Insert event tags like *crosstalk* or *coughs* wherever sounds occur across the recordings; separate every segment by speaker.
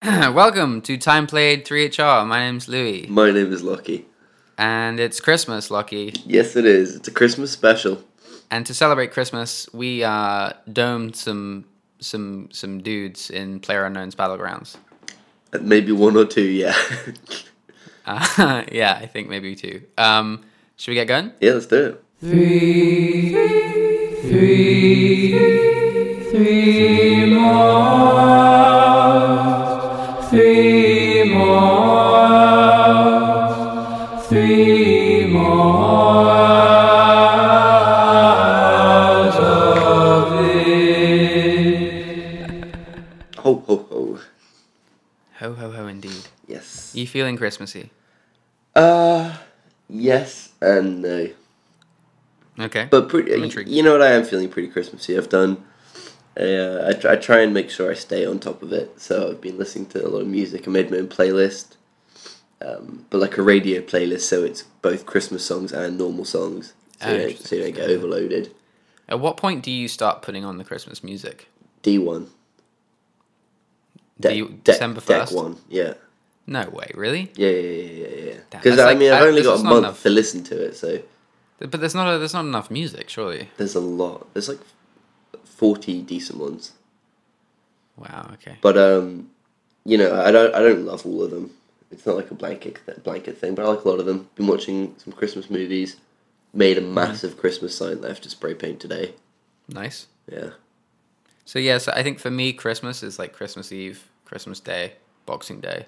Speaker 1: *clears throat* Welcome to Time Played 3HR. My name's Louis,
Speaker 2: My name is Lucky.
Speaker 1: and it's Christmas, Lucky.
Speaker 2: Yes, it is. It's a Christmas special.
Speaker 1: And to celebrate Christmas, we uh, domed some some some dudes in Player Unknown's Battlegrounds. *laughs*
Speaker 2: And Maybe one or two, yeah.
Speaker 1: Uh, yeah, I think maybe two. Um, should we get going?
Speaker 2: yeah, let's do it. Ho, ho, ho.
Speaker 1: Ho ho ho! Indeed.
Speaker 2: Yes.
Speaker 1: You feeling Christmassy?
Speaker 2: Uh, yes and no.
Speaker 1: Okay.
Speaker 2: But pretty,
Speaker 1: I'm intrigued.
Speaker 2: you know what? I am feeling pretty Christmassy. I've done. Uh, I, tr- I try and make sure I stay on top of it. So I've been listening to a lot of music. I made my own playlist, um, but like a radio playlist, so it's both Christmas songs and normal songs. So,
Speaker 1: Ah,
Speaker 2: you, don't,
Speaker 1: interesting.
Speaker 2: so you don't get overloaded.
Speaker 1: At what point do you start putting on the Christmas music?
Speaker 2: D one.
Speaker 1: Do you- December first.
Speaker 2: Deck one. Yeah.
Speaker 1: No way, really.
Speaker 2: Yeah, yeah, yeah, yeah, yeah.
Speaker 1: Damn,
Speaker 2: Because
Speaker 1: that's
Speaker 2: I
Speaker 1: like-
Speaker 2: mean, I've
Speaker 1: I-
Speaker 2: only
Speaker 1: that's
Speaker 2: got a
Speaker 1: just not
Speaker 2: month
Speaker 1: enough.
Speaker 2: to listen to it, so
Speaker 1: But there's not a, there's not enough music, surely.
Speaker 2: there's a lot. There's like forty decent ones,
Speaker 1: Wow. Okay.
Speaker 2: but um, you know, I don't, I don't love all of them. It's not like a blanket, th- blanket thing, but I like a lot of them. Been watching some Christmas movies. Made a massive Christmas sign that I have to spray paint today.
Speaker 1: Nice.
Speaker 2: Yeah,
Speaker 1: So yeah, so I think for me, Christmas is like Christmas Eve, Christmas Day, Boxing Day,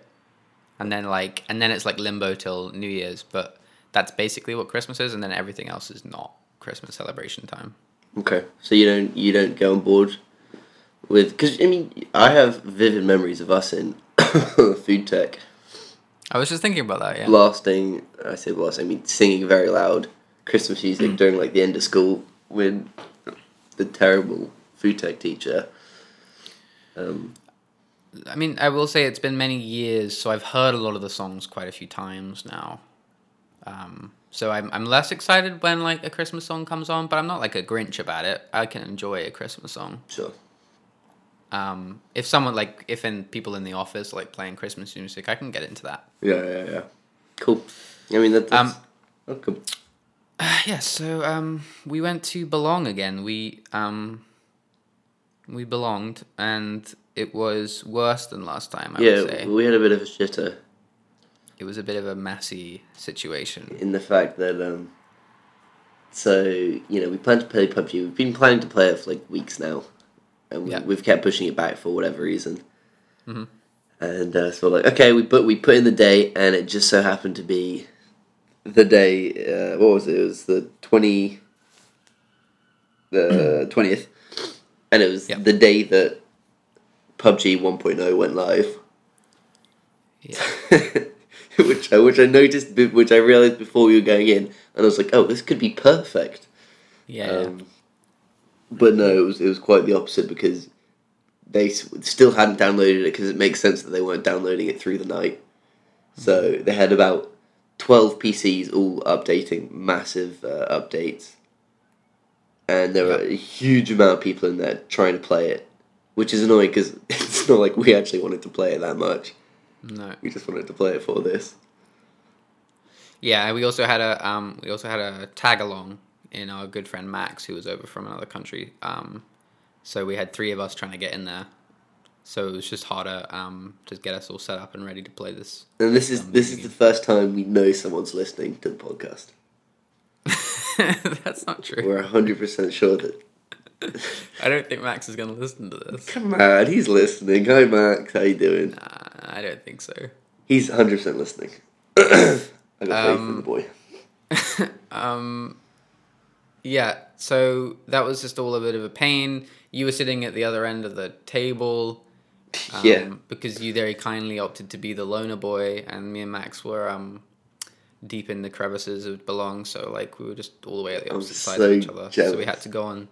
Speaker 1: and then like and then it's like limbo till New Year's. But that's basically what Christmas is, and then everything else is not Christmas celebration time.
Speaker 2: Okay, so you don't you don't go on board with because I mean I have vivid memories of us in *coughs* food tech
Speaker 1: I was just thinking about that. Yeah.
Speaker 2: blasting. I say blasting. I mean singing very loud Christmas music during like the end of school when the terrible food tech teacher. Um,
Speaker 1: I mean, I will say it's been many years, so I've heard a lot of the songs quite a few times now. Um, so I'm I'm less excited when like a Christmas song comes on, but I'm not like a Grinch about it. I can enjoy a Christmas song.
Speaker 2: sure.
Speaker 1: um, if someone like if in people in the office like playing Christmas music, I can get into that.
Speaker 2: Yeah, yeah, yeah. Cool. I mean that, that's
Speaker 1: Um,
Speaker 2: oh, cool.
Speaker 1: Ah, yeah, so um, we went to Belong again. We um, we belonged, and it was worse than last time. I would
Speaker 2: Yeah,
Speaker 1: say
Speaker 2: we had a bit of a shitter
Speaker 1: it was a bit of a messy situation.
Speaker 2: in the fact that um. So you know we plan to play PUBG. We've been planning to play it for like weeks now, and we,
Speaker 1: Yeah. Mm-hmm.
Speaker 2: we've kept pushing it back for whatever reason. And uh, so we're like, okay, we put we put in the day, and it just so happened to be the day. Uh, what was it? It was the twenty,
Speaker 1: *clears throat*
Speaker 2: the twentieth, and it was
Speaker 1: Yeah.
Speaker 2: the day that PUBG 1.0 went live.
Speaker 1: Yeah.
Speaker 2: *laughs* which I which I noticed, be- which I realized before we were going in, and I was like, oh, this could be perfect.
Speaker 1: Yeah,
Speaker 2: Um, but no, it was it was quite the opposite because they s- still hadn't downloaded it because it makes sense that they weren't downloading it through the night. So they had about twelve PCs all updating massive uh, updates, and there were a huge amount of people in there trying to play it, which is annoying because *laughs* it's not like we actually wanted to play it that much.
Speaker 1: no,
Speaker 2: We just wanted to play it for this.
Speaker 1: yeah. and We also had a um, we also had a tag along in our good friend Max, who was over from another country. Um, so we had three of us trying to get in there. So it was just harder um, to get us all set up and ready to play this *laughs*
Speaker 2: And this is this is the first time we know someone's listening to the podcast.
Speaker 1: That's not true.
Speaker 2: We're hundred percent sure that
Speaker 1: I don't think Max is going to listen to
Speaker 2: *laughs*
Speaker 1: this.
Speaker 2: Come on, he's listening. Hi, Max. How you doing?
Speaker 1: Uh, I don't think so.
Speaker 2: He's hundred percent listening. *clears throat* I got faith
Speaker 1: Um,
Speaker 2: in the boy.
Speaker 1: Yeah, so that was just all a bit of a pain. You were sitting at the other end of the table. um,
Speaker 2: yeah,
Speaker 1: Because you very kindly opted to be the loner boy, and me and Max were um, deep in the crevices of Belong, so like we were just all the way at the opposite sides of
Speaker 2: so
Speaker 1: each other. So we
Speaker 2: jealous.
Speaker 1: had to go on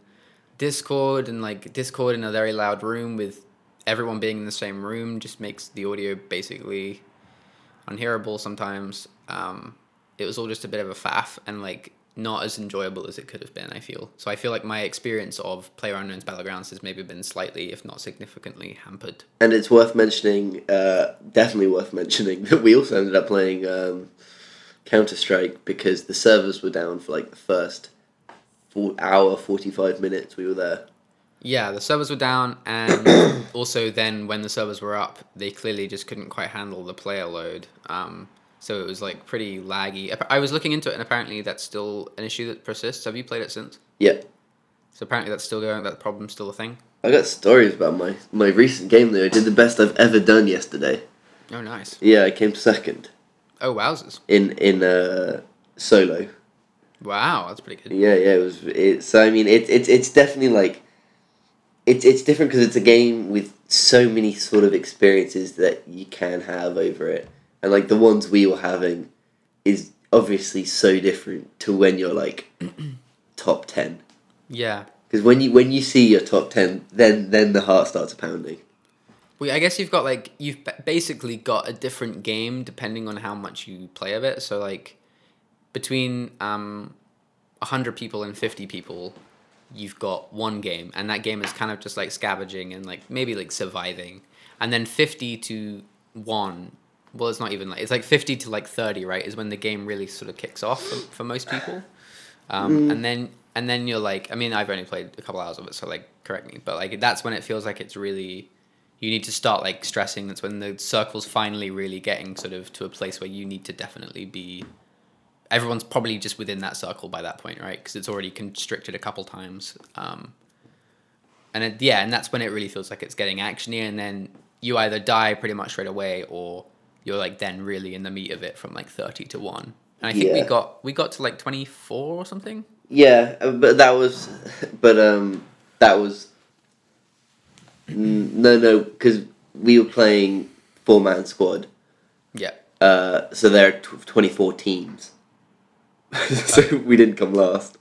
Speaker 1: Discord, and like Discord in a very loud room with everyone being in the same room just makes the audio basically unhearable sometimes. Um, it was all just a bit of a faff, and like not as enjoyable as it could have been. I feel so. I feel like my experience of PlayerUnknown's Battlegrounds has maybe been slightly, if not significantly, hampered.
Speaker 2: And it's worth mentioning, uh, definitely worth mentioning, *laughs* that we also ended up playing um, Counter Strike because the servers were down for like the first four hour, 45 minutes we were there.
Speaker 1: Yeah, the servers were down, and also then when the servers were up, they clearly just couldn't quite handle the player load. Um, so it was like pretty laggy. Appa- I was looking into it, and apparently that's still an issue that persists. Have you played it since?
Speaker 2: Yeah.
Speaker 1: So apparently that's still going. That problem's still a thing.
Speaker 2: I got stories about my, my recent game though. I did the best I've ever done yesterday.
Speaker 1: Oh, nice.
Speaker 2: Yeah, I came second
Speaker 1: Oh, wowzers!
Speaker 2: in in uh, solo.
Speaker 1: Wow, that's pretty good.
Speaker 2: Yeah, yeah, it was. It, so I mean, it's it's it's definitely like, it's it's different because it's a game with so many sort of experiences that you can have over it, and like the ones we were having, is obviously so different to when you're like, *clears throat* top ten.
Speaker 1: Yeah.
Speaker 2: Because when you when you see your top ten, then then the heart starts pounding.
Speaker 1: Well, I guess you've got like you've ba- basically got a different game depending on how much you play of it. So like between um, hundred people and fifty people, you've got one game, and that game is kind of just like scavenging and like maybe like surviving. And then fifty to one, well, it's not even like it's like fifty to like thirty, right? Is when the game really sort of kicks off for, for most people. Um, And then and then you're like, I mean, I've only played a couple hours of it, so like, correct me, but like that's when it feels like it's really. You need to start like stressing. That's when the circle's finally really getting sort of to a place where you need to definitely be. Everyone's probably just within that circle by that point, right? Because it's already constricted a couple times. Um, and it, yeah, and that's when it really feels like it's getting actiony, and then you either die pretty much straight away, or you're like then really in the meat of it from like thirty to one. And I think we
Speaker 2: Yeah.
Speaker 1: got we got to like twenty four or something.
Speaker 2: Yeah, uh, but that was, but um, that was. N- No, no, because we were playing four man squad.
Speaker 1: Yeah.
Speaker 2: Uh, so there are tw- twenty four teams. *laughs* so we didn't come last.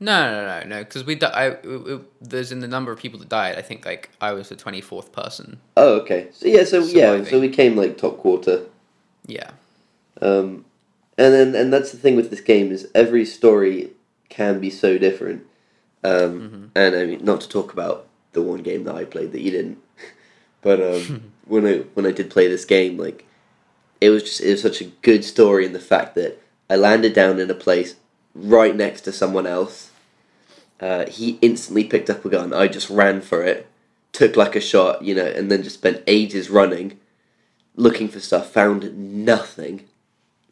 Speaker 1: No, no, no, no, because we di- I, w- w- there's in the number of people that died. I think like I was the twenty fourth person.
Speaker 2: Oh, okay. So yeah, so yeah, so
Speaker 1: Surviving.
Speaker 2: we came like top quarter.
Speaker 1: Yeah.
Speaker 2: Um, and then and that's the thing with this game is every story can be so different. Um, And I mean, not to talk about the one game that I played that you didn't, *laughs* but um, when I when I did play this game, like it was just it was such a good story in the fact that I landed down in a place right next to someone else. Uh, he instantly picked up a gun. I just ran for it, took like a shot, you know, and then just spent ages running, looking for stuff. Found nothing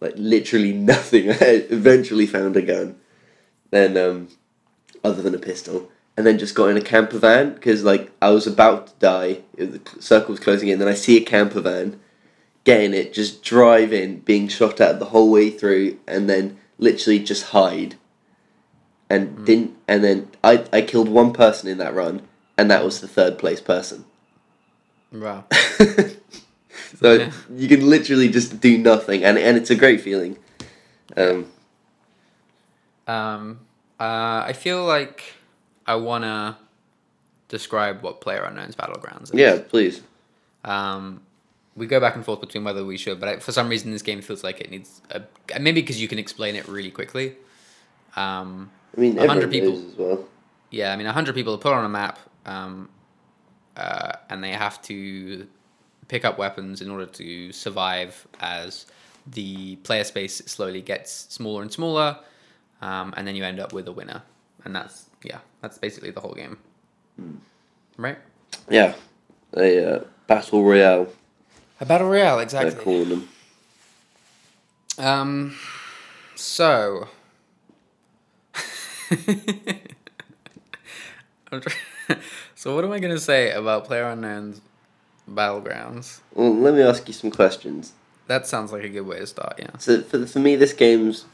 Speaker 2: like literally *laughs* nothing. I eventually found a gun, then um, other than a pistol, and then just got in a camper van because like I was about to die. The circle was closing in. Then I see a camper van, get in it, just drive in, being shot at the whole way through, and then literally just hide. And didn't, and then I I killed one person in that run, and that was the third place person.
Speaker 1: Wow.
Speaker 2: *laughs* So
Speaker 1: Yeah.
Speaker 2: you can literally just do nothing, and and it's a great feeling. Um,
Speaker 1: Um, uh, I feel like I wanna describe what Player Unknown's Battlegrounds is.
Speaker 2: yeah, please.
Speaker 1: Um, we go back and forth between whether we should, but I, for some reason this game feels like it needs a, maybe because you can explain it really quickly. Um,
Speaker 2: I mean,
Speaker 1: A hundred
Speaker 2: everyone
Speaker 1: people.
Speaker 2: knows as well.
Speaker 1: yeah, I mean, 100 people are put on a map um, uh, and they have to pick up weapons in order to survive as the player space slowly gets smaller and smaller, um, and then you end up with a winner. And that's, yeah, that's basically the whole game. Right?
Speaker 2: Yeah, a uh, battle royale.
Speaker 1: A battle royale,
Speaker 2: They're
Speaker 1: exactly.
Speaker 2: calling them.
Speaker 1: Um, so. I'm try- *laughs* so, what am I going to say about PlayerUnknown's Battlegrounds?
Speaker 2: Well, let me ask you some questions.
Speaker 1: That sounds like a good way to start, yeah.
Speaker 2: So for for me, this game's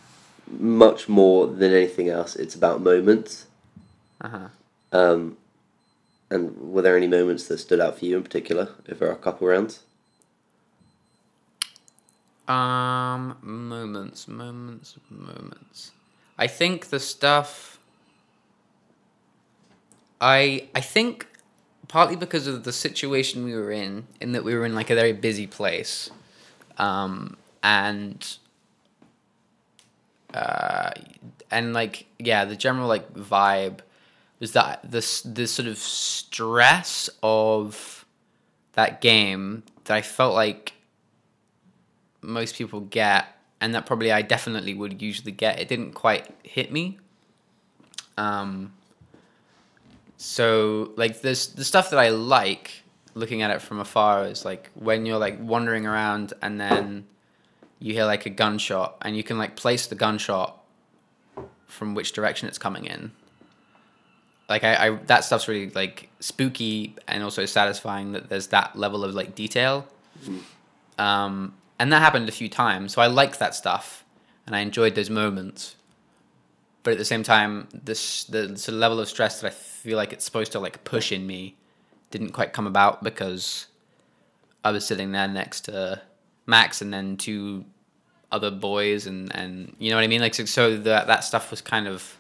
Speaker 2: much more than anything else. It's about moments.
Speaker 1: Uh huh.
Speaker 2: Um, and were there any moments that stood out for you in particular over our couple rounds?
Speaker 1: Um, moments, moments, moments. I think the stuff. I I think partly because of the situation we were in, in that we were in like a very busy place, um, and uh, and like yeah, the general like vibe was that this this sort of stress of that game that I felt like most people get, and that probably I definitely would usually get. It didn't quite hit me. Um, so like this the stuff that I like looking at it from afar is like when you're like wandering around and then you hear like a gunshot and you can like place the gunshot from which direction it's coming in. Like I, I that stuff's really like spooky and also satisfying that there's that level of like detail. Um, and that happened a few times, so I like that stuff and I enjoyed those moments but at the same time, this the sort of level of stress that I feel like it's supposed to like push in me didn't quite come about because I was sitting there next to Max and then two other boys and and you know what I mean like so, so that that stuff was kind of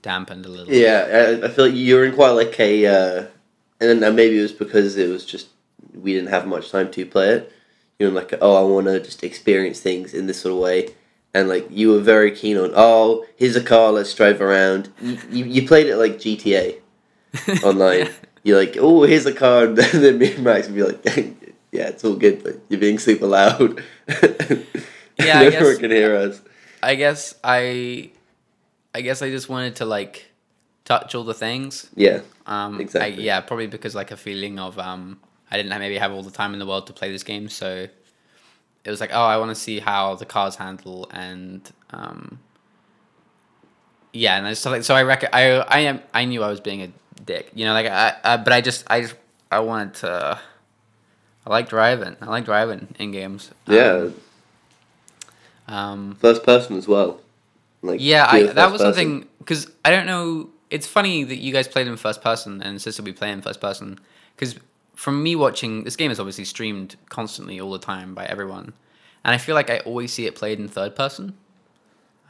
Speaker 1: dampened a *laughs* little.
Speaker 2: Yeah, I, I feel like you're in quite like a, uh, and then uh, maybe it was because it was just we didn't have much time to play it. You know, like oh, I want to just experience things in this sort of way, and like you were very keen on oh, here's a car, let's drive around. You you, you played it like GTA online. You're like oh, here's a car, and *laughs* then me and Max would be like. Yeah, it's all good, but you're being super loud. *laughs*
Speaker 1: Yeah, I
Speaker 2: everyone
Speaker 1: guess-
Speaker 2: can hear us.
Speaker 1: I guess I, I guess I just wanted to like touch all the things.
Speaker 2: Yeah,
Speaker 1: Um, I,
Speaker 2: Exactly.
Speaker 1: yeah, probably because like a feeling of um, I didn't have, maybe have all the time in the world to play this game, so it was like, oh, I want to see how the cars handle and um, yeah, and I just like so I reckon I I am I knew I was being a dick, you know, like I, I but I just I just I wanted to. I like driving. I like driving in games. Um,
Speaker 2: yeah.
Speaker 1: Um,
Speaker 2: First person as well. Like
Speaker 1: Yeah,
Speaker 2: do
Speaker 1: I,
Speaker 2: a
Speaker 1: that
Speaker 2: first
Speaker 1: was
Speaker 2: person.
Speaker 1: something because I don't know. It's funny that you guys played in first person and Sis will be playing first person because from me watching this game is obviously streamed constantly all the time by everyone, and I feel like I always see it played in third person.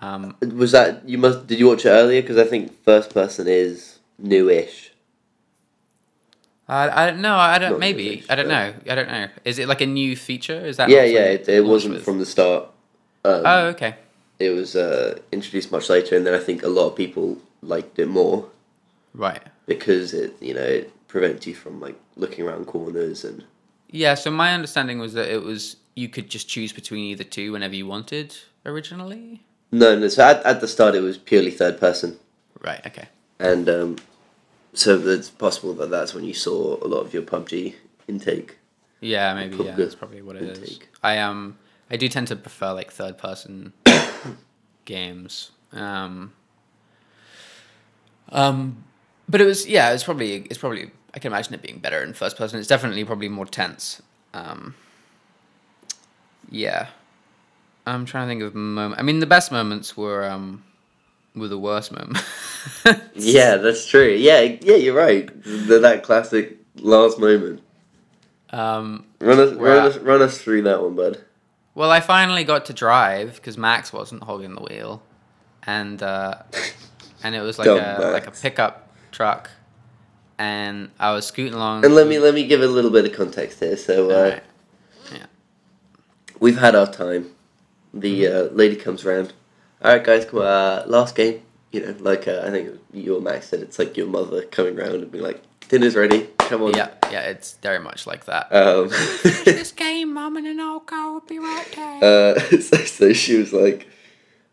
Speaker 1: Um,
Speaker 2: Was that you must? Did you watch it earlier? Because I think first person is newish.
Speaker 1: I, I don't know. I
Speaker 2: Not
Speaker 1: don't. Maybe
Speaker 2: really,
Speaker 1: I don't know.
Speaker 2: but-
Speaker 1: I don't know. Is it like a new feature? Is that
Speaker 2: yeah,
Speaker 1: not
Speaker 2: yeah.
Speaker 1: something
Speaker 2: It, it
Speaker 1: launched
Speaker 2: wasn't
Speaker 1: with-
Speaker 2: from the start. Um,
Speaker 1: Oh, okay.
Speaker 2: It was uh, introduced much later, and then I think a lot of people liked it more
Speaker 1: Right.
Speaker 2: because it, you know, it prevents you from like looking around corners and
Speaker 1: Yeah. So my understanding was that it was you could just choose between either two whenever you wanted originally.
Speaker 2: no, no. So at, at the start, it was purely third person,
Speaker 1: Right. Okay.
Speaker 2: and um, so it's possible that that's when you saw a lot of your PUBG intake.
Speaker 1: Yeah, maybe.
Speaker 2: put
Speaker 1: Yeah,
Speaker 2: the
Speaker 1: that's probably what it is.
Speaker 2: intake.
Speaker 1: I um, I do tend to prefer like third person *coughs* games. Um, um, but it was yeah, it's probably it's probably I can imagine it being better in first person. It's definitely probably more tense. Um, yeah, I'm trying to think of moment. I mean, the best moments were um, were the worst moments.
Speaker 2: Yeah, that's true. Yeah, yeah, you're right. The, that classic last moment.
Speaker 1: *laughs* Um,
Speaker 2: Run us,
Speaker 1: We're
Speaker 2: run
Speaker 1: at-
Speaker 2: us, run us through that one, bud.
Speaker 1: Well, I finally got to drive because Max wasn't hogging the wheel, and uh, and it was like
Speaker 2: Dumb
Speaker 1: a like a
Speaker 2: Max.
Speaker 1: pickup truck, and I was scooting along.
Speaker 2: And let me let me give a little bit of context here. So uh,
Speaker 1: Alright.
Speaker 2: we've had our time. The uh, lady comes round. All right, guys, come on. Uh, last game. You know, like uh, I think it was you or Max said, it's like your mother coming round and being like, "Dinner's ready. Come on."
Speaker 1: Yeah, yeah, it's very much like
Speaker 2: *laughs*
Speaker 1: that.
Speaker 2: Um,
Speaker 1: game, Mum, and then I'll go. I'll be right back.
Speaker 2: uh, *laughs* so, so she was like,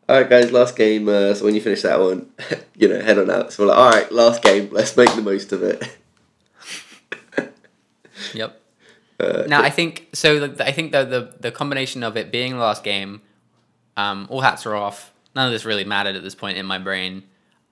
Speaker 2: "All right, guys, last game. Uh, so when you finish that one, *laughs* you know, head on out." So we're like, "All right, last game. Let's make the most of it."
Speaker 1: Yep.
Speaker 2: Uh,
Speaker 1: Now I think so. The, I think the, the the combination of it being the last game, um, all hats are off. None of this really mattered at this point in my brain.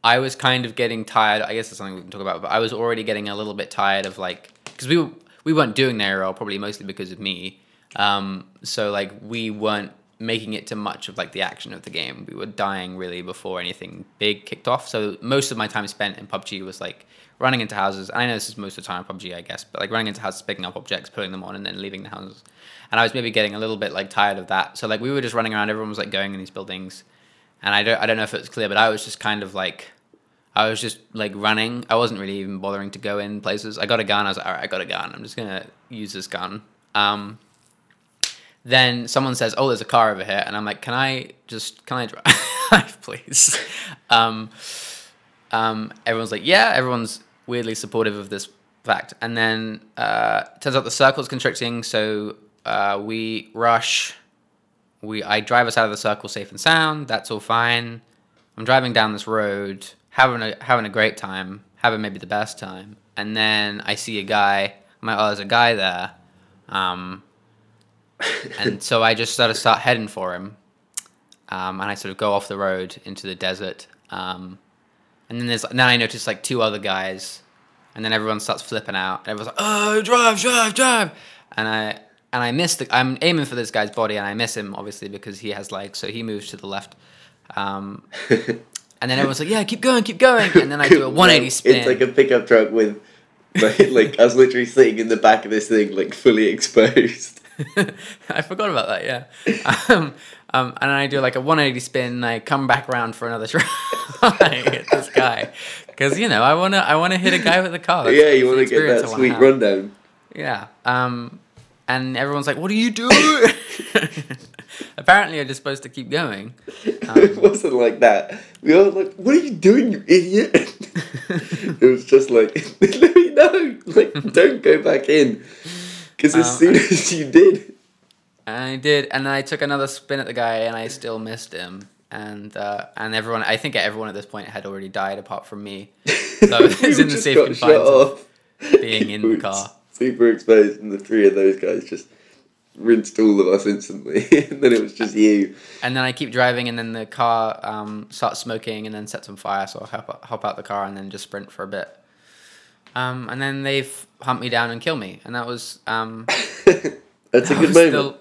Speaker 1: I was kind of getting tired. I guess that's something we can talk about. But I was already getting a little bit tired of like because we were, we weren't doing NARL probably mostly because of me. Um, so like we weren't making it to much of like the action of the game. We were dying really before anything big kicked off. So most of my time spent in PUBG was like running into houses. I know this is most of the time in PUBG, I guess, but like running into houses, picking up objects, putting them on, and then leaving the houses. And I was maybe getting a little bit like tired of that. So like we were just running around. Everyone was like going in these buildings, and I don't I don't know if it was clear, but I was just kind of like. I was just like running. I wasn't really even bothering to go in places. I got a gun. I was like, all right, I got a gun. I'm just gonna use this gun. Um, then someone says, "Oh, there's a car over here," and I'm like, "Can I just can I *laughs* drive, please?" Um, um, everyone's like, "Yeah." Everyone's weirdly supportive of this fact, and then uh, turns out the circle's constricting, so uh, we rush. We I drive us out of the circle safe and sound. That's all fine. I'm driving down this road, having a having a great time, having maybe the best time, and then I see a guy. I'm like, "Oh, there's a guy there." Um, and so I just sort of start heading for him, um, and I sort of go off the road into the desert. Um, and then there's now I notice like two other guys, and then everyone starts flipping out. And everyone's like, "Oh, drive, drive, drive!" And I and I miss the. I'm aiming for this guy's body, and I miss him obviously because he has like so he moves to the left. Um,
Speaker 2: *laughs*
Speaker 1: and then everyone's like, "Yeah, keep going, keep going!" And then I do a 180 spin.
Speaker 2: It's like a pickup truck with, like, *laughs* like us literally sitting in the back of this thing, like fully
Speaker 1: *laughs*
Speaker 2: exposed.
Speaker 1: I forgot about that, yeah. Um, um, and I do like a 180 spin, and I come back round for another *laughs* try at this guy, because you know I wanna I wanna hit a guy with a car. That's-
Speaker 2: yeah,
Speaker 1: that's
Speaker 2: you
Speaker 1: the
Speaker 2: want to get
Speaker 1: experience
Speaker 2: that
Speaker 1: I wanna
Speaker 2: sweet
Speaker 1: have.
Speaker 2: rundown.
Speaker 1: Yeah. Um, and everyone's like, "What are you
Speaker 2: *laughs*
Speaker 1: doing?" Apparently, I'm just supposed to keep going. Um,
Speaker 2: *laughs* it wasn't like that. We all like, "What are you doing, you idiot?" *laughs* it was just like, *laughs* "Let me know, like,
Speaker 1: *laughs*
Speaker 2: don't go back in," because as
Speaker 1: Um,
Speaker 2: soon as you did,
Speaker 1: And I did, and I took another spin at the guy, and I still missed him. And uh, and everyone, I think everyone at this point had already died apart from me, *laughs*
Speaker 2: *laughs*
Speaker 1: so it's
Speaker 2: we
Speaker 1: in the
Speaker 2: just
Speaker 1: safe
Speaker 2: got
Speaker 1: confines
Speaker 2: shut
Speaker 1: of
Speaker 2: off. *laughs*
Speaker 1: being in the
Speaker 2: We were
Speaker 1: car.
Speaker 2: super exposed, and the three of those guys just rinsed all of us instantly. *laughs* and then it was just you.
Speaker 1: and then I keep driving, and then the car um, starts smoking, and then sets on fire. So I hop hop out the car and then just sprint for a bit. Um, and then they f- hunt me down and kill me, and that was um,
Speaker 2: *laughs* That's a
Speaker 1: that
Speaker 2: good
Speaker 1: was
Speaker 2: moment.
Speaker 1: the,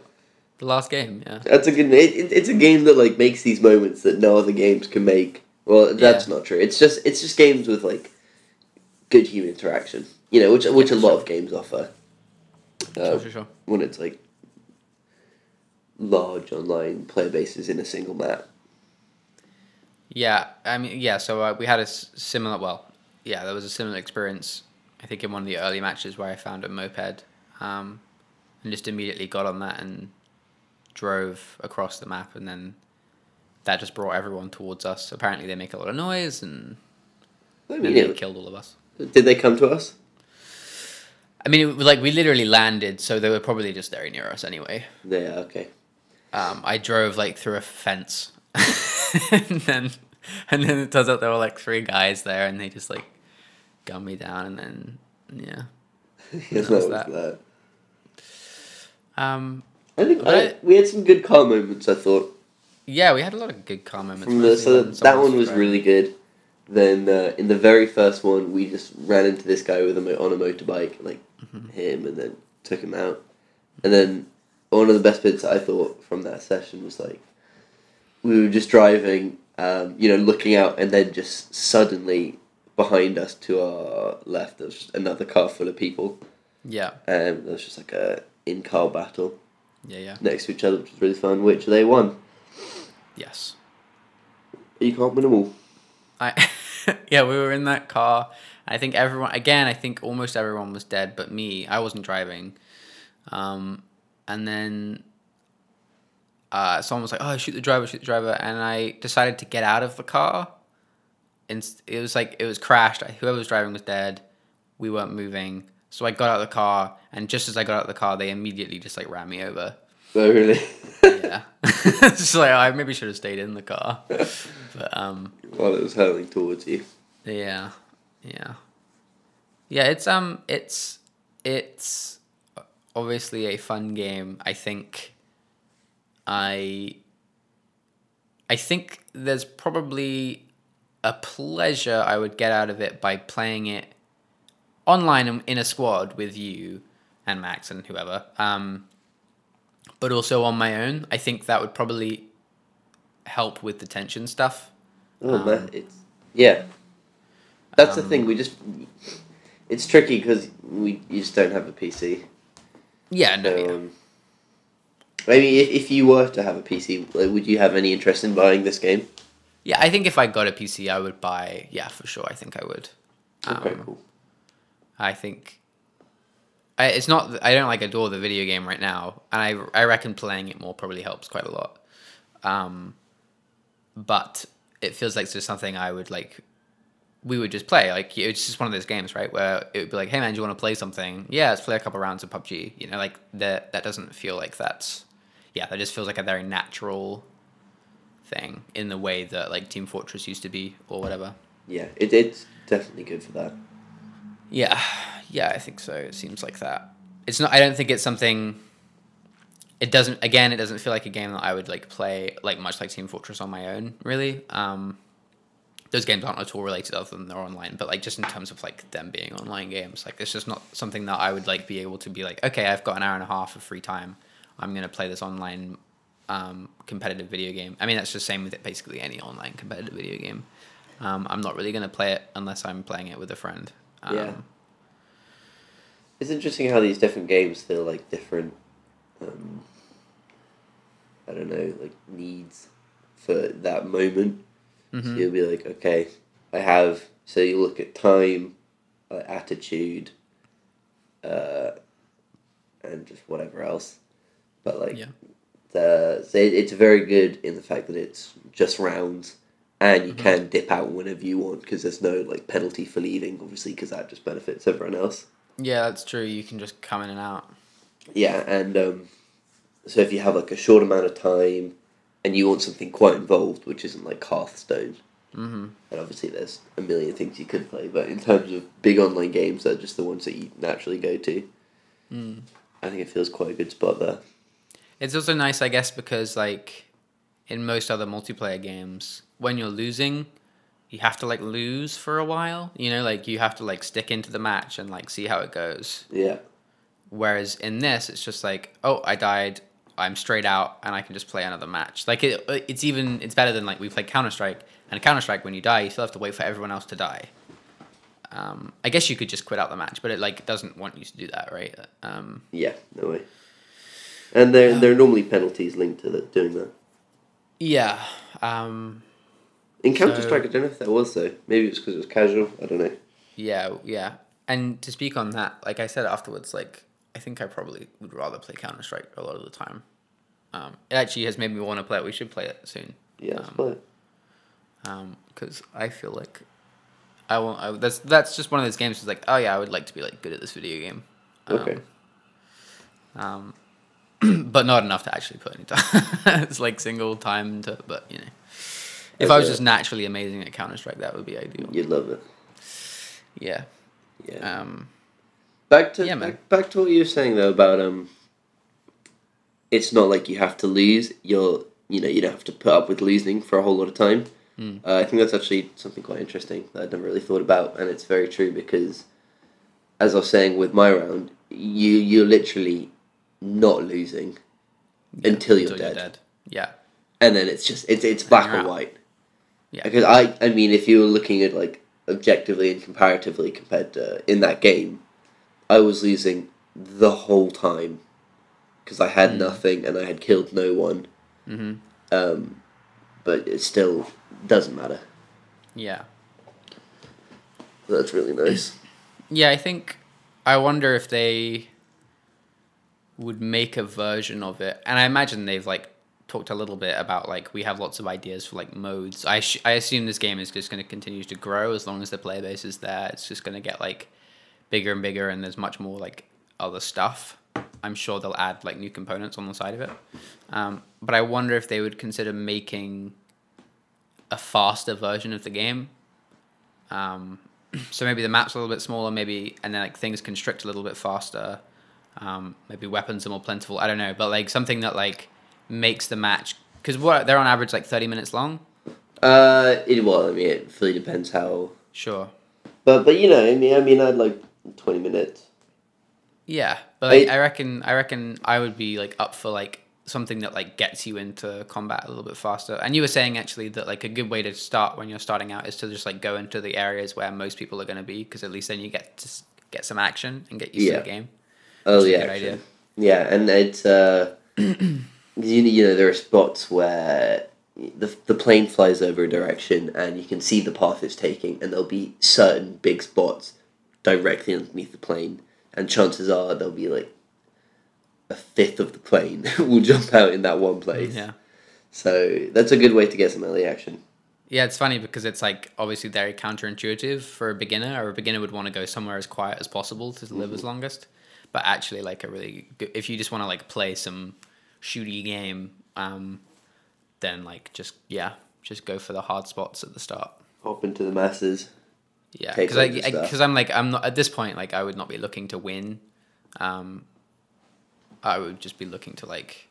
Speaker 1: the last game. Yeah.
Speaker 2: That's a good. It, it, it's a game that like makes these moments that no other games can make. Well, that's not true. It's just it's just games with like good human interaction. You know, which which a lot of games offer. Uh,
Speaker 1: Sure, sure, sure.
Speaker 2: When it's like large online player bases in a single map.
Speaker 1: Yeah, I mean, yeah. So uh, we had a s- similar. Well, yeah, there was a similar experience. I think in one of the early matches where I found a moped, um, and just immediately got on that and drove across the map, and then that just brought everyone towards us. Apparently, they make a lot of noise, and
Speaker 2: I
Speaker 1: then
Speaker 2: mean,
Speaker 1: they
Speaker 2: it,
Speaker 1: killed all of us.
Speaker 2: did they come to us?
Speaker 1: I mean, it was like we literally landed, so they were probably just very near us anyway.
Speaker 2: Yeah. Okay. *laughs*
Speaker 1: Um, I drove like through a fence, *laughs* and then and then it turns out there were like three guys there, and they just like gunned me down, and then yeah.
Speaker 2: Yes,
Speaker 1: was
Speaker 2: that was
Speaker 1: that.
Speaker 2: that.
Speaker 1: Um,
Speaker 2: I think
Speaker 1: But
Speaker 2: I,
Speaker 1: I-
Speaker 2: we had some good car moments. I thought.
Speaker 1: yeah, we had a lot of good car moments.
Speaker 2: From the,
Speaker 1: mostly
Speaker 2: so
Speaker 1: when
Speaker 2: that
Speaker 1: someone
Speaker 2: one was
Speaker 1: driving.
Speaker 2: really good. Then uh, in the very first one, we just ran into this guy with a mo- on a motorbike, like hit him, and then took him out. And then one of the best bits I thought from that session was like we were just driving, um, you know, looking out, and then just suddenly behind us to our left, there was just another car full of people,
Speaker 1: yeah,
Speaker 2: and there was just like a in car battle
Speaker 1: yeah, yeah,
Speaker 2: next to each other, which was really fun. Which they won.
Speaker 1: yes.
Speaker 2: You can't win them all. *laughs*
Speaker 1: I *laughs* yeah, we were in that car. I think everyone again. I think almost everyone was dead, but me. I wasn't driving. Um, and then uh, someone was like, "Oh, shoot the driver! Shoot the driver!" And I decided to get out of the car. And it was like it was crashed. Whoever was driving was dead. We weren't moving, so I got out of the car. And just as I got out of the car, they immediately just like ran me over. *laughs*
Speaker 2: Oh really?
Speaker 1: Yeah, *laughs* it's like I maybe should have stayed in the car, but um.
Speaker 2: While it was hurling towards you.
Speaker 1: Yeah, yeah, yeah. It's um, it's it's obviously a fun game. I think I I think there's probably a pleasure I would get out of it by playing it online and in a squad with you and Max and whoever. Um, but also on my own, I think that would probably help with the tension stuff.
Speaker 2: Oh man, it's yeah. That's the thing. We just it's tricky because we you just don't have a PC.
Speaker 1: Yeah, no, yeah.
Speaker 2: So, um, I mean, if, if you were to have a PC, like, would you have any interest in buying this game?
Speaker 1: Yeah, I think if I got a PC, I would buy. Yeah, for sure. I think I would.
Speaker 2: Okay,
Speaker 1: Um,
Speaker 2: cool.
Speaker 1: I think I, it's not. I don't like adore the video game right now, and I I reckon playing it more probably helps quite a lot. Um, but it feels like just something I would like. We would just play like it's just one of those games, right? Where it would be like, "Hey man, do you want to play something? Yeah, let's play a couple rounds of PUBG." You know, like that. That doesn't feel like that's. Yeah, that just feels like a very natural thing in the way that like Team Fortress used to be or whatever.
Speaker 2: Yeah, it, it's definitely good for that.
Speaker 1: Yeah, yeah, I think so. It seems like that. It's not. I don't think it's something. It doesn't. Again, it doesn't feel like a game that I would like play like much like Team Fortress on my own. Really, um, those games aren't at all related other than they're online. But like just in terms of like them being online games, like it's just not something that I would like be able to be like, okay, I've got an hour and a half of free time. I'm gonna play this online um, competitive video game. I mean, that's the same with basically any online competitive video game. Um, I'm not really gonna play it unless I'm playing it with a friend. Um,
Speaker 2: Yeah. It's interesting how these different games feel like different. Um, I don't know, like needs for that moment. So
Speaker 1: mhm.
Speaker 2: you'll be like, okay, I have. So you look at time, uh, attitude, uh, and just whatever else. But like,
Speaker 1: Yeah.
Speaker 2: the so it, it's very good in the fact that it's just rounds, and you
Speaker 1: Mhm.
Speaker 2: can dip out whenever you want because there's no like penalty for leaving, obviously, because that just benefits everyone else.
Speaker 1: Yeah, that's true. You can just come in and out.
Speaker 2: Yeah, and um, so if you have like a short amount of time, and you want something quite involved, which isn't like Hearthstone.
Speaker 1: hmm
Speaker 2: And obviously, there's a million things you could play, but in terms of big online games, they're just the ones that you naturally go to.
Speaker 1: Mm.
Speaker 2: I think it feels quite a good spot there.
Speaker 1: It's also nice, I guess, because like in most other multiplayer games, when you're losing, you have to like lose for a while. You know, like you have to like stick into the match and like see how it goes.
Speaker 2: Yeah,
Speaker 1: Whereas in this, it's just like, oh, I died. I'm straight out, and I can just play another match. Like it, uh, it's even it's better than like we play Counter Strike. And Counter Strike, when you die, you still have to wait for everyone else to die. Um, I guess you could just quit out the match, but it like doesn't want you to do that, right? Um,
Speaker 2: yeah, no way. And there, there are normally penalties linked to that, doing that.
Speaker 1: yeah. Um,
Speaker 2: In Counter
Speaker 1: So-
Speaker 2: Strike, I don't know if there was though. Maybe it's because it was casual. I don't know.
Speaker 1: Yeah, yeah. And to speak on that, like I said afterwards, like I think I probably would rather play Counter Strike a lot of the time. Um, it actually has made me want to play it. We should play it soon.
Speaker 2: Yeah, let's
Speaker 1: Um,
Speaker 2: play it.
Speaker 1: because I feel like I won't. I, that's that's just one of those games. It's like, oh yeah, I would like to be like good at this video game. *clears throat* Um,
Speaker 2: Okay.
Speaker 1: Um, but not enough to actually put any time. *laughs* it's like single time into, but you know, if I was
Speaker 2: Okay.
Speaker 1: just naturally amazing at Counter Strike, that would be ideal.
Speaker 2: You'd love it.
Speaker 1: Yeah.
Speaker 2: Yeah.
Speaker 1: Um,
Speaker 2: back to
Speaker 1: yeah, man.
Speaker 2: back, back to what you were saying though about um. It's not like you have to lose. You're you know you don't have to put up with losing for a whole lot of time.
Speaker 1: mm,
Speaker 2: Uh, I think that's actually something quite interesting that I'd never really thought about, and it's very true because, as I was saying with my round, you you're literally not losing
Speaker 1: yeah,
Speaker 2: until you're dead,
Speaker 1: Yeah.
Speaker 2: and then it's just it's it's black
Speaker 1: you're
Speaker 2: or
Speaker 1: out.
Speaker 2: white.
Speaker 1: Yeah.
Speaker 2: Because I I mean, if you were looking at like objectively and comparatively compared to in that game, I was losing the whole time because I had nothing and I had killed no one.
Speaker 1: hmm
Speaker 2: Um, but it still doesn't matter.
Speaker 1: Yeah.
Speaker 2: That's really nice. *clears throat*
Speaker 1: Yeah, I think I wonder if they would make a version of it. And I imagine they've like talked a little bit about like we have lots of ideas for like modes. I sh- I assume this game is just going to continue to grow as long as the player base is there. It's just going to get like bigger and bigger and there's much more like other stuff. I'm sure they'll add like new components on the side of it. Um, but I wonder if they would consider making a faster version of the game um, so maybe the map's a little bit smaller, maybe, and then like things constrict a little bit faster. Um, maybe weapons are more plentiful. I don't know, but like something that like makes the match because what they're on average like thirty minutes long.
Speaker 2: Uh, it well, I mean, it fully depends how.
Speaker 1: Sure.
Speaker 2: But but you know, I mean, I mean, I'd like twenty minutes.
Speaker 1: Yeah, but like,
Speaker 2: I-
Speaker 1: I reckon I reckon I would be like up for like something that like gets you into combat a little bit faster. And you were saying actually that like a good way to start when you're starting out is to just like go into the areas where most people are going to be because at least then you get to s- get some action and get used to
Speaker 2: Yeah.
Speaker 1: the game.
Speaker 2: Oh
Speaker 1: That's a
Speaker 2: yeah,
Speaker 1: good idea.
Speaker 2: actually. yeah, and it's uh, *clears throat* you know, you know, there are spots where the the plane flies over a direction, and you can see the path it's taking, and there'll be certain big spots directly underneath the plane, and chances are there'll be like a fifth of the plane *laughs* will jump out in that one place.
Speaker 1: Yeah.
Speaker 2: So that's a good way to get some early action.
Speaker 1: Yeah, it's funny because it's like obviously very counterintuitive for a beginner, or a beginner would want to go somewhere as quiet as possible to live as longest. But actually, like a really, good, if you just want to like play some shooty game, um, then like just yeah, just go for the hard spots at the start.
Speaker 2: Hop into the masses.
Speaker 1: Yeah,
Speaker 2: Take
Speaker 1: because I
Speaker 2: over stuff.
Speaker 1: because I'm like I'm not at this point like I would not be looking to win. Um, I would just be looking to like,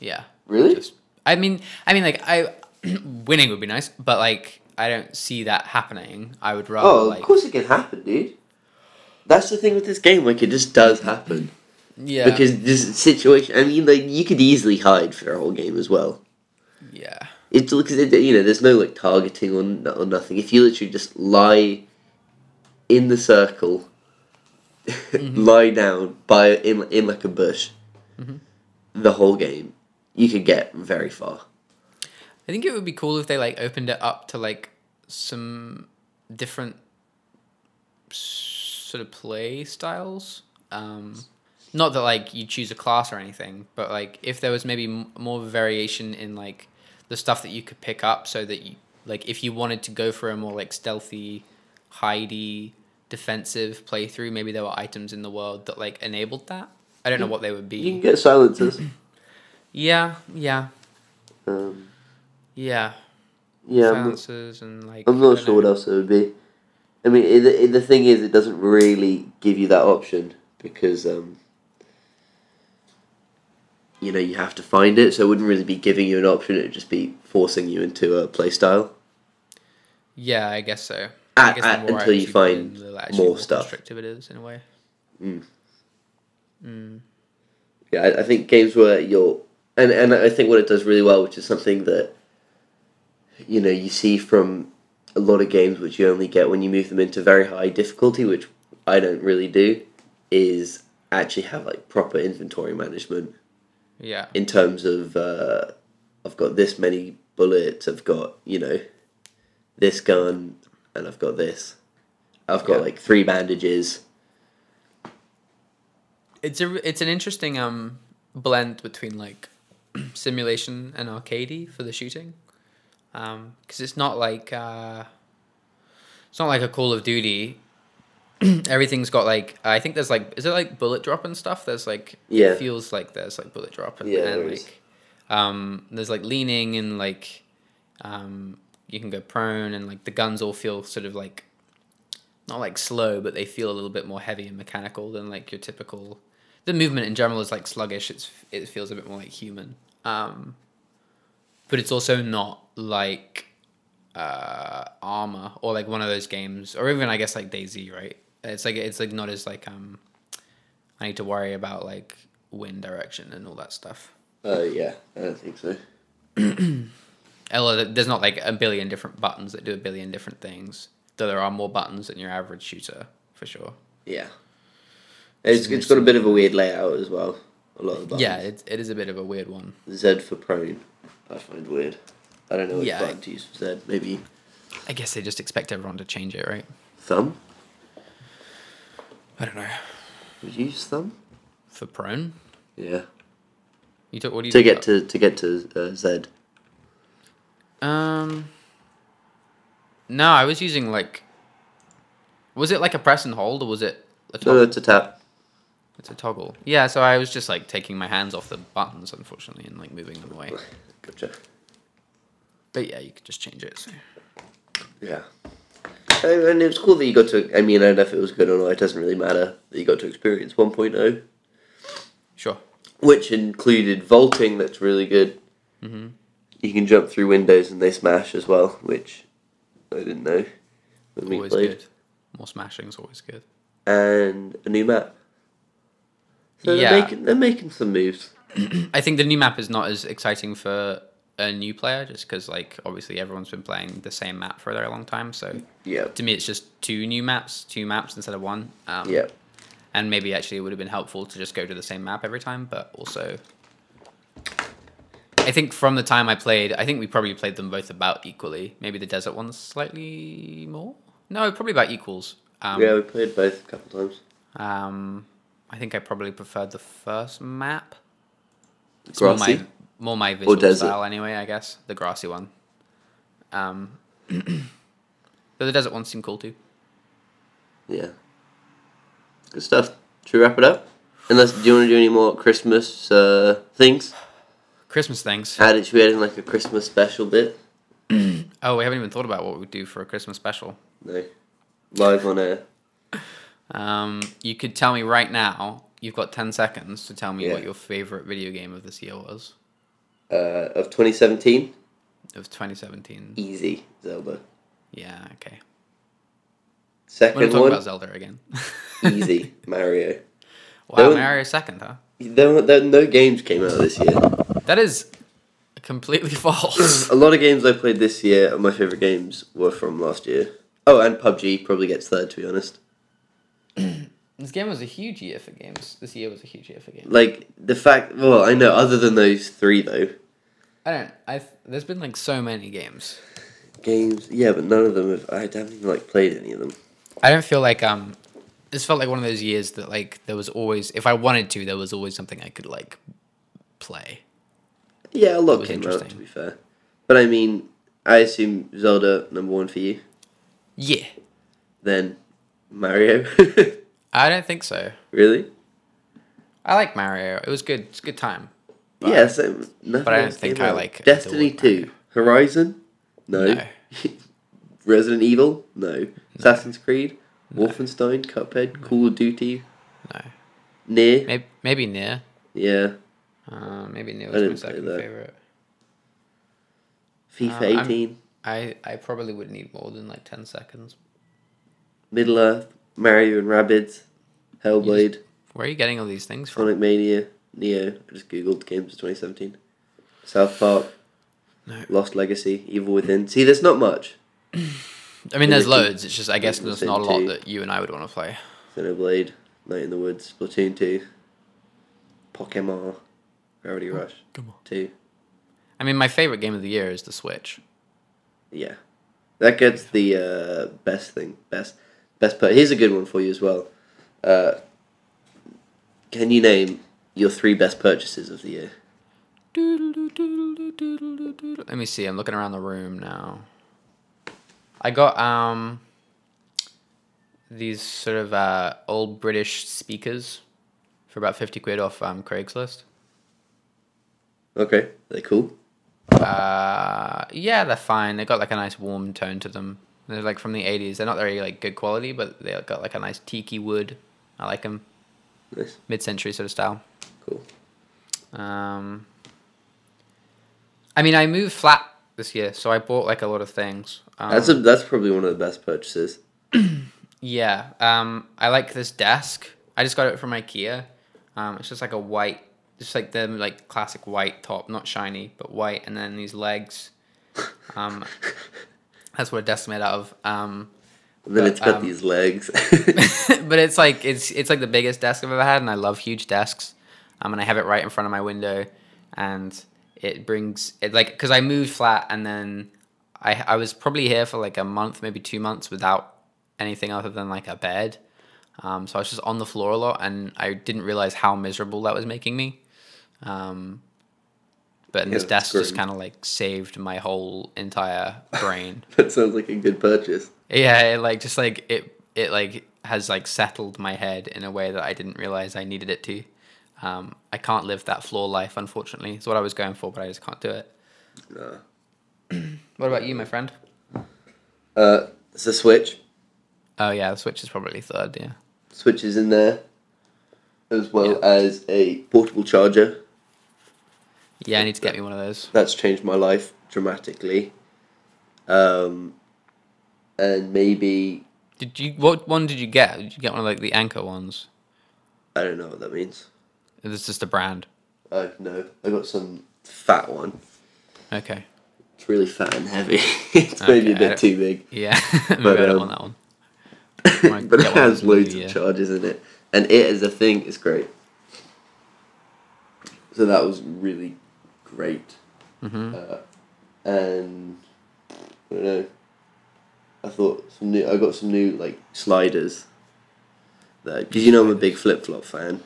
Speaker 1: yeah.
Speaker 2: Really?
Speaker 1: Just I mean I mean like I *clears throat* winning would be nice, but like I don't see that happening. I would rather
Speaker 2: Oh,
Speaker 1: like
Speaker 2: of course it can happen, dude. That's the thing with this game, like it just does happen.
Speaker 1: yeah
Speaker 2: Because this situation, I mean, like you could easily hide for a whole game as well.
Speaker 1: yeah
Speaker 2: It's because it, you know there's no like targeting on or nothing. If you literally just lie in the circle, *laughs* lie down by in in like a bush, the whole game, you could get very far.
Speaker 1: I think it would be cool if they like opened it up to like some different s- sort of play styles. Um, not that like you choose a class or anything, but like if there was maybe m- more variation in like the stuff that you could pick up, so that you like if you wanted to go for a more like stealthy, hidey, defensive playthrough, maybe there were items in the world that like enabled that. I don't know what they would
Speaker 2: You can
Speaker 1: be.
Speaker 2: get silences.
Speaker 1: Yeah, yeah,
Speaker 2: um,
Speaker 1: yeah.
Speaker 2: yeah, I'm not,
Speaker 1: Silences and like.
Speaker 2: I'm
Speaker 1: I
Speaker 2: not
Speaker 1: don't
Speaker 2: sure
Speaker 1: know.
Speaker 2: what else it would be. I mean, it, it, the thing is, it doesn't really give you that option because um, you know you have to find it, so it wouldn't really be giving you an option. It would just be forcing you into a playstyle.
Speaker 1: Yeah, I guess so. I
Speaker 2: At-
Speaker 1: guess
Speaker 2: at-
Speaker 1: the more
Speaker 2: until you
Speaker 1: items put
Speaker 2: find
Speaker 1: in, the actually
Speaker 2: more stuff.
Speaker 1: Restrictive it is in a way.
Speaker 2: Yeah, I, I think games where you're, and and I think what it does really well, which is something that you know you see from a lot of games, which you only get when you move them into very high difficulty, which I don't really do, is actually have like proper inventory management
Speaker 1: Yeah,
Speaker 2: in terms of uh, I've got this many bullets, I've got you know this gun, and I've got this. I've got
Speaker 1: Yeah.
Speaker 2: like three bandages.
Speaker 1: it's a it's an interesting um blend between like *clears throat* simulation and arcadey for the shooting, because it's not like uh, it's not like a Call of Duty. *clears throat* Everything's got like I think there's like is it like bullet drop and stuff? There's like
Speaker 2: Yeah.
Speaker 1: it feels like there's like bullet drop and,
Speaker 2: Yeah,
Speaker 1: and,
Speaker 2: there
Speaker 1: like
Speaker 2: is.
Speaker 1: um there's like leaning and like um you can go prone and like the guns all feel sort of like not like slow but they feel a little bit more heavy and mechanical than like your typical the movement in general is like sluggish it's it feels a bit more like human um but it's also not like uh armor or like one of those games or even i guess like daisy right it's like it's like not as like um i need to worry about like wind direction and all that stuff
Speaker 2: Oh yeah, I don't think so.
Speaker 1: Although there's not like a billion different buttons that do a billion different things. Though there are more buttons than your average shooter, for sure.
Speaker 2: Yeah. It's, it's got a bit of a weird layout as well. A lot of buttons.
Speaker 1: Yeah, it, it is a bit of a weird one.
Speaker 2: Z for prone, I find weird. I don't know which
Speaker 1: Yeah.
Speaker 2: button to use for Z. Maybe
Speaker 1: I guess they just expect everyone to change it, right?
Speaker 2: thumb?
Speaker 1: I don't know.
Speaker 2: Would you use thumb?
Speaker 1: For prone,
Speaker 2: Yeah.
Speaker 1: you took what do you
Speaker 2: To
Speaker 1: talk
Speaker 2: get
Speaker 1: about?
Speaker 2: to to get to uh, Z.
Speaker 1: Um. No, I was using like. Was it like a press and hold, or was it a
Speaker 2: No,
Speaker 1: toggle?
Speaker 2: no, to Oh, tap.
Speaker 1: It's a toggle. Yeah, so I was just like taking my hands off the buttons, unfortunately, and like moving them away.
Speaker 2: Gotcha.
Speaker 1: But yeah, you could just change it. So.
Speaker 2: Yeah. And and it was cool that you got to. I mean, I don't know if it was good or not. It doesn't really matter that you got to experience 1.0,
Speaker 1: Sure.
Speaker 2: which included vaulting. That's really good.
Speaker 1: Mhm.
Speaker 2: You can jump through windows and they smash as well, which I didn't know when we
Speaker 1: Always
Speaker 2: played.
Speaker 1: good. More smashing's always good.
Speaker 2: and a new map. So
Speaker 1: Yeah.
Speaker 2: they're making they're making some moves.
Speaker 1: I think the new map is not as exciting for a new player just because, like, obviously everyone's been playing the same map for a very long time. So
Speaker 2: Yeah.
Speaker 1: to me, it's just two new maps, two maps instead of one. Um,
Speaker 2: Yeah.
Speaker 1: And maybe actually it would have been helpful to just go to the same map every time, but also. I think from the time I played, I think we probably played them both about equally. Maybe the desert one's slightly more? No, probably about equals. Um,
Speaker 2: yeah, we played both a couple times.
Speaker 1: um, I think I probably preferred the first map. It's more
Speaker 2: Grassy.
Speaker 1: my more my visual
Speaker 2: desert?
Speaker 1: style anyway, I guess. The grassy one. Um *clears throat* though the desert ones seem cool too.
Speaker 2: Yeah. Good stuff. Should we wrap it up? Unless do you want to do any more Christmas uh, things?
Speaker 1: Christmas things.
Speaker 2: Add it. Should we add in like a Christmas special bit?
Speaker 1: Oh, we haven't even thought about what we would do for a Christmas special.
Speaker 2: No. Live on air.
Speaker 1: Um, you could tell me right now. You've got ten seconds to tell me what
Speaker 2: Yeah.
Speaker 1: your favorite video game of this year was
Speaker 2: Uh, of 2017,
Speaker 1: of 2017.
Speaker 2: easy Zelda.
Speaker 1: Yeah. Okay. We're not
Speaker 2: Second
Speaker 1: talking
Speaker 2: one,
Speaker 1: about *laughs* Zelda again.
Speaker 2: easy Mario.
Speaker 1: *laughs* Wow,
Speaker 2: Don't-
Speaker 1: Mario second, huh?
Speaker 2: There, were- there, no games came out this year.
Speaker 1: That is completely *laughs* false.
Speaker 2: A lot of games I played this year, and my favorite games were from last year. Oh, and PUBG probably gets third, to be honest.
Speaker 1: this game was a huge year for games. This year was a huge year for games.
Speaker 2: Like the fact, well, I know. Other than those three, though,
Speaker 1: I don't. I there's been like so many games.
Speaker 2: games. Yeah, but none of them have. I haven't even like played any of them.
Speaker 1: I don't feel like um. This felt like one of those years that like there was always, if I wanted to, there was always something I could like play.
Speaker 2: Yeah, a lot
Speaker 1: was
Speaker 2: came out. To
Speaker 1: interesting.
Speaker 2: be fair, but I mean, I assume Zelda number one for you,
Speaker 1: Yeah.
Speaker 2: then Mario. *laughs*
Speaker 1: I don't think so.
Speaker 2: really?
Speaker 1: I like Mario. It was good. It's a good time. But-
Speaker 2: yeah, so nothing.
Speaker 1: but I don't
Speaker 2: else
Speaker 1: think
Speaker 2: came
Speaker 1: I,
Speaker 2: out.
Speaker 1: like,
Speaker 2: Destiny
Speaker 1: adored Mario.
Speaker 2: Two, Horizon. No.
Speaker 1: No.
Speaker 2: Resident Evil. No. Assassin's Creed. Wolfenstein. Cuphead. Call of Duty.
Speaker 1: No.
Speaker 2: Near.
Speaker 1: Maybe maybe near.
Speaker 2: Yeah.
Speaker 1: Uh, maybe near
Speaker 2: I
Speaker 1: was my
Speaker 2: didn't play
Speaker 1: second
Speaker 2: that.
Speaker 1: favorite.
Speaker 2: FIFA
Speaker 1: Um, I'm-
Speaker 2: 18.
Speaker 1: I I probably would need more than like ten seconds.
Speaker 2: Middle Earth. Mario and Rabbids. Hellblade.
Speaker 1: Where are you getting all these things from?
Speaker 2: Sonic Mania. Neo. I just googled games of 2017. South Park.
Speaker 1: No.
Speaker 2: Lost Legacy. Evil Within. See, there's not much.
Speaker 1: I mean, there's
Speaker 2: Maybe if you-
Speaker 1: loads. It's just I guess
Speaker 2: Maybe
Speaker 1: there's
Speaker 2: Sin
Speaker 1: not a lot
Speaker 2: 2.
Speaker 1: that you and I would want to play.
Speaker 2: Xenoblade. Night in the Woods. Splatoon 2. Pokemon. Gravity
Speaker 1: Hmm.
Speaker 2: Rush.
Speaker 1: Come on.
Speaker 2: 2.
Speaker 1: I mean, my favorite game of the year is the Switch.
Speaker 2: Yeah, that gets the uh, best thing, best best part. Here's a good one for you as well. Uh, can you name your three best purchases of the year?
Speaker 1: Let me see. I'm looking around the room now. I got um these sort of uh, old British speakers for about fifty quid off um, Craigslist.
Speaker 2: Okay, Are they cool.
Speaker 1: Uh, yeah, they're fine. They got like a nice warm tone to them. They're like from the '80s. They're not very like good quality, but they got like a nice tiki wood. I like them,
Speaker 2: Nice,
Speaker 1: mid-century sort of style.
Speaker 2: cool.
Speaker 1: Um, I mean, I moved flat this year, so I bought like a lot of things. Um,
Speaker 2: That's a, that's probably one of the best purchases.
Speaker 1: yeah. Um, I like this desk. I just got it from IKEA. Um, it's just like a white, just like the like classic white top, not shiny, but white, and then these legs. Um, *laughs* that's what a desk's made out of. Um,
Speaker 2: And then
Speaker 1: But,
Speaker 2: it's got
Speaker 1: um,
Speaker 2: these legs. *laughs*
Speaker 1: *laughs* but it's like it's it's like the biggest desk I've ever had, and I love huge desks. Um, and I have it right in front of my window, and it brings it like because I moved flat, and then I I was probably here for like a month, maybe two months without anything other than like a bed. Um, so I was just on the floor a lot, and I didn't realize how miserable that was making me. Um, but this
Speaker 2: Yeah,
Speaker 1: desk just
Speaker 2: grim.
Speaker 1: kind of like saved my whole entire brain.
Speaker 2: that sounds like a good purchase.
Speaker 1: Yeah, it, like just like it, it like has like settled my head in a way that I didn't realize I needed it to. Um, I can't live that floor life, unfortunately. It's what I was going for, but I just can't do it.
Speaker 2: Nah.
Speaker 1: What about you, my friend?
Speaker 2: Uh, it's a Switch.
Speaker 1: Oh yeah, the Switch is probably third. Yeah,
Speaker 2: Switch is in there, as well as a portable charger.
Speaker 1: yeah. I need to get me one of those.
Speaker 2: that's changed my life dramatically. Um, and maybe
Speaker 1: Did you? What one did you get? Did you get one of like the Anchor ones?
Speaker 2: I don't know what that means.
Speaker 1: It's just a brand.
Speaker 2: Oh no, I got some fat one.
Speaker 1: Okay.
Speaker 2: It's really fat and heavy. *laughs* it's maybe
Speaker 1: Okay,
Speaker 2: a
Speaker 1: I
Speaker 2: bit
Speaker 1: don't-
Speaker 2: too big,
Speaker 1: Yeah, *laughs* maybe
Speaker 2: But,
Speaker 1: I don't
Speaker 2: um,
Speaker 1: want that one.
Speaker 2: *laughs*
Speaker 1: might
Speaker 2: but it
Speaker 1: get one
Speaker 2: has
Speaker 1: in the new
Speaker 2: loads
Speaker 1: year.
Speaker 2: of charges in it, and it as a thing is great. So that was really great,
Speaker 1: Mm-hmm.
Speaker 2: uh, and I don't know. I thought some new. I got some new like sliders though, because you know I'm a big flip flop fan.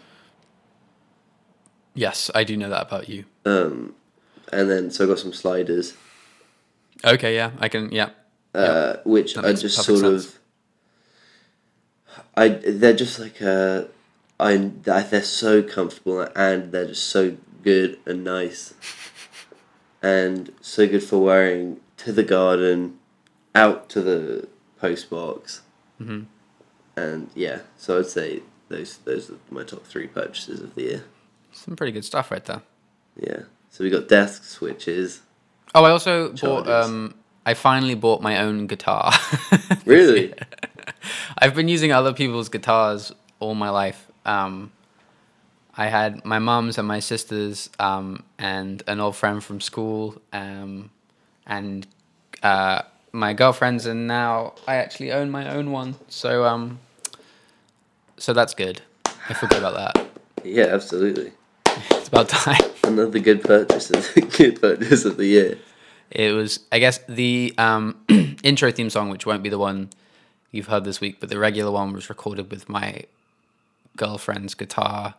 Speaker 1: Yes, I do know that about you.
Speaker 2: Um, and then so I got some sliders,
Speaker 1: Okay, yeah, I can. Yeah,
Speaker 2: uh, which
Speaker 1: that
Speaker 2: are
Speaker 1: makes
Speaker 2: just
Speaker 1: perfect
Speaker 2: sort of. I they're just like uh, I they're so comfortable and they're just so good and nice, and so good for wearing to the garden, out to the post box,
Speaker 1: Mm-hmm.
Speaker 2: and yeah. So I'd say those those are my top three purchases of the year.
Speaker 1: some pretty good stuff right there.
Speaker 2: Yeah. So we got
Speaker 1: *laughs*
Speaker 2: desk switches.
Speaker 1: Oh, I also bought.
Speaker 2: Chargers.
Speaker 1: Um, I finally bought my own guitar. *laughs*
Speaker 2: Really?
Speaker 1: I've been using other people's guitars all my life. Um, I had my mum's and my sister's, um, and an old friend from school, um, and uh, my girlfriend's, and now I actually own my own one. So, um, so that's good. I forgot about that.
Speaker 2: Yeah, absolutely.
Speaker 1: It's about time. *laughs*
Speaker 2: Another good purchase of *laughs* the, good purchase of the year.
Speaker 1: It was, I guess, the um, *clears throat* intro theme song, which won't be the one you've heard this week, but the regular one was recorded with my girlfriend's guitar,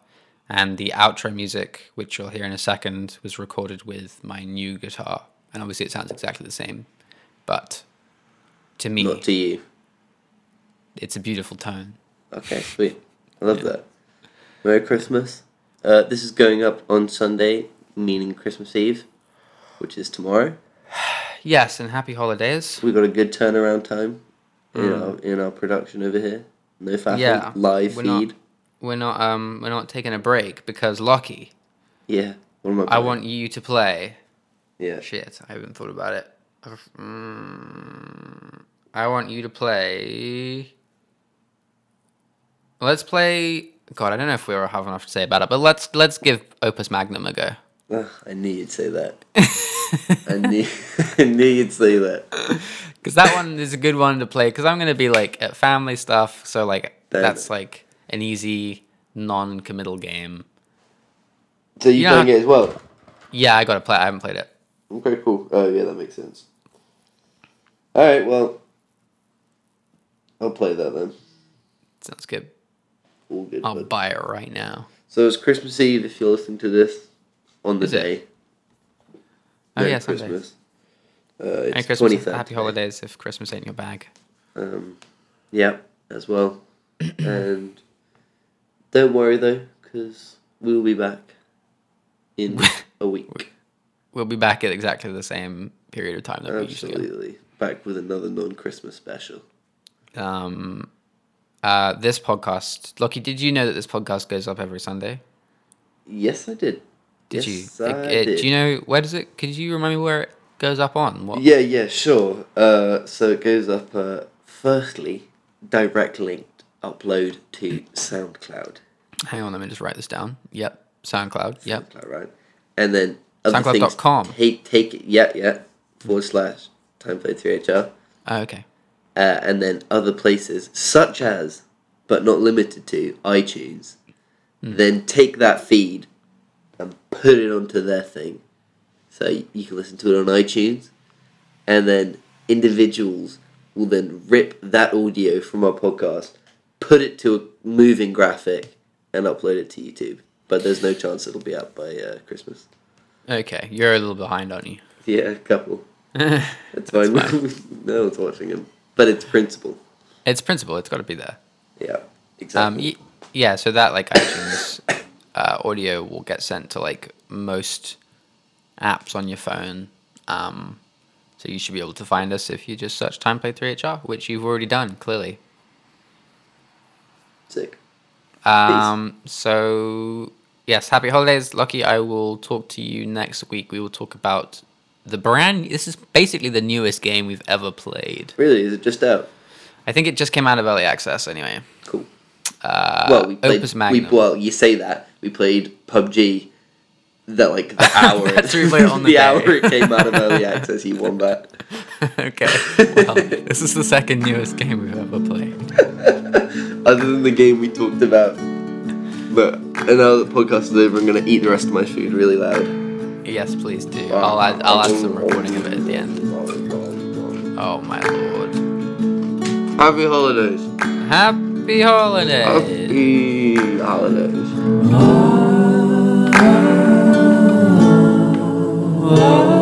Speaker 1: and the outro music, which you'll hear in a second, was recorded with my new guitar. And obviously, it sounds exactly the same, but to me,
Speaker 2: Not to you.
Speaker 1: it's a beautiful tone.
Speaker 2: Okay, sweet. I love that. Merry Christmas. Uh, this is going up on Sunday, meaning Christmas Eve, which is tomorrow.
Speaker 1: Yes, and happy holidays.
Speaker 2: We got a good turnaround time in our in our production over here. No faffing.
Speaker 1: Mm. Yeah,
Speaker 2: live
Speaker 1: we're
Speaker 2: feed.
Speaker 1: not- We're not, um, we're not taking a break because Lockie,
Speaker 2: Yeah. What am I?
Speaker 1: I
Speaker 2: playing?
Speaker 1: want you to play
Speaker 2: Yeah.
Speaker 1: Shit, I haven't thought about it. I've- mm, I want you to play. Let's play. God, I don't know if we all have enough to say about it, but let's let's give Opus Magnum a go.
Speaker 2: Ugh, I knew you'd say
Speaker 1: *laughs*
Speaker 2: that. I knew. *laughs* I knew you'd say that.
Speaker 1: Because that one is a good one to play. Because I'm gonna be like at family stuff, so like
Speaker 2: Then-
Speaker 1: that's like an easy non-committal game.
Speaker 2: So you
Speaker 1: Yeah.
Speaker 2: playing it as well?
Speaker 1: Yeah, I gotta play. I haven't played it.
Speaker 2: Okay, cool. Oh, yeah, that makes sense. All right, well, I'll play that then.
Speaker 1: Sounds good.
Speaker 2: All good.
Speaker 1: I'll
Speaker 2: bud.
Speaker 1: buy it right now.
Speaker 2: so it's Christmas Eve if you're listening to this on the
Speaker 1: Is it?
Speaker 2: day.
Speaker 1: Oh
Speaker 2: Merry
Speaker 1: yeah, Sunday.
Speaker 2: Uh, it's
Speaker 1: Merry Christmas. and
Speaker 2: 23rd
Speaker 1: Happy
Speaker 2: today.
Speaker 1: holidays if Christmas ain't in your bag.
Speaker 2: Um, yeah,
Speaker 1: *coughs*
Speaker 2: as well. and don't worry though, because we'll be back
Speaker 1: *laughs*
Speaker 2: in a week.
Speaker 1: We'll be back at exactly the same period of time that we usually
Speaker 2: Absolutely. Back with another non Christmas special.
Speaker 1: are. Um, uh, this podcast, Lucky, did you know that this podcast goes up every Sunday?
Speaker 2: Yes, I did.
Speaker 1: Did
Speaker 2: yes,
Speaker 1: you?
Speaker 2: I
Speaker 1: Like, it-
Speaker 2: did.
Speaker 1: Do you know where does it? Could you remind me where it goes up on? What?
Speaker 2: Yeah, yeah, sure. Uh, so it goes up. Uh, firstly, direct linked upload to SoundCloud.
Speaker 1: Hang on, let me just write this down. Yep, SoundCloud.
Speaker 2: *laughs*
Speaker 1: Yep,
Speaker 2: SoundCloud, right? And then other things.
Speaker 1: SoundCloud.com.
Speaker 2: Take take it. Yeah, yeah. Forward slash time play three HR.
Speaker 1: oh, okay.
Speaker 2: Uh, and then other places such as, but not limited to, iTunes. Then take that feed and put it onto their thing, so y- you can listen to it on iTunes, and then individuals will then rip that audio from our podcast, put it to a moving graphic, and upload it to YouTube. But there's no chance it'll be out by uh, Christmas.
Speaker 1: Okay, you're a little behind, aren't you?
Speaker 2: Yeah, a *laughs* couple. That's fine. *laughs* no one's watching them, but it's principle.
Speaker 1: It's principle. It's got to be there.
Speaker 2: Yeah,
Speaker 1: Um,
Speaker 2: exactly.
Speaker 1: y- yeah, so that like iTunes *coughs* uh, audio will get sent to like most apps on your phone. Um, so you should be able to find us if you just search Time Play 3HR, which you've already done clearly.
Speaker 2: Sick.
Speaker 1: Um, so yes, happy holidays, Lucky. I will talk to you next week. We will talk about the brand. This is basically the newest game we've ever played.
Speaker 2: Really, is it just out?
Speaker 1: I think it just came out of early access anyway.
Speaker 2: Cool. Uh, well, we played.
Speaker 1: Opus
Speaker 2: we,
Speaker 1: Magnum.
Speaker 2: well, you say that we played PUBG.
Speaker 1: *laughs*
Speaker 2: That like the hour.
Speaker 1: That's
Speaker 2: *laughs*
Speaker 1: where we played it on the day.
Speaker 2: hour it came
Speaker 1: *laughs*
Speaker 2: out of early access. You won that.
Speaker 1: okay. Well, this is the second newest game we've ever played.
Speaker 2: Other than the game we talked about. But and now the podcast is over, I'm gonna eat the rest of my food really loud. Oh,
Speaker 1: Yes, please do. I'll add I'll add some recording of it at the end.
Speaker 2: Happy
Speaker 1: Oh my lord.
Speaker 2: holidays.
Speaker 1: Happy Happy holidays.
Speaker 2: Happy holidays.
Speaker 3: Oh.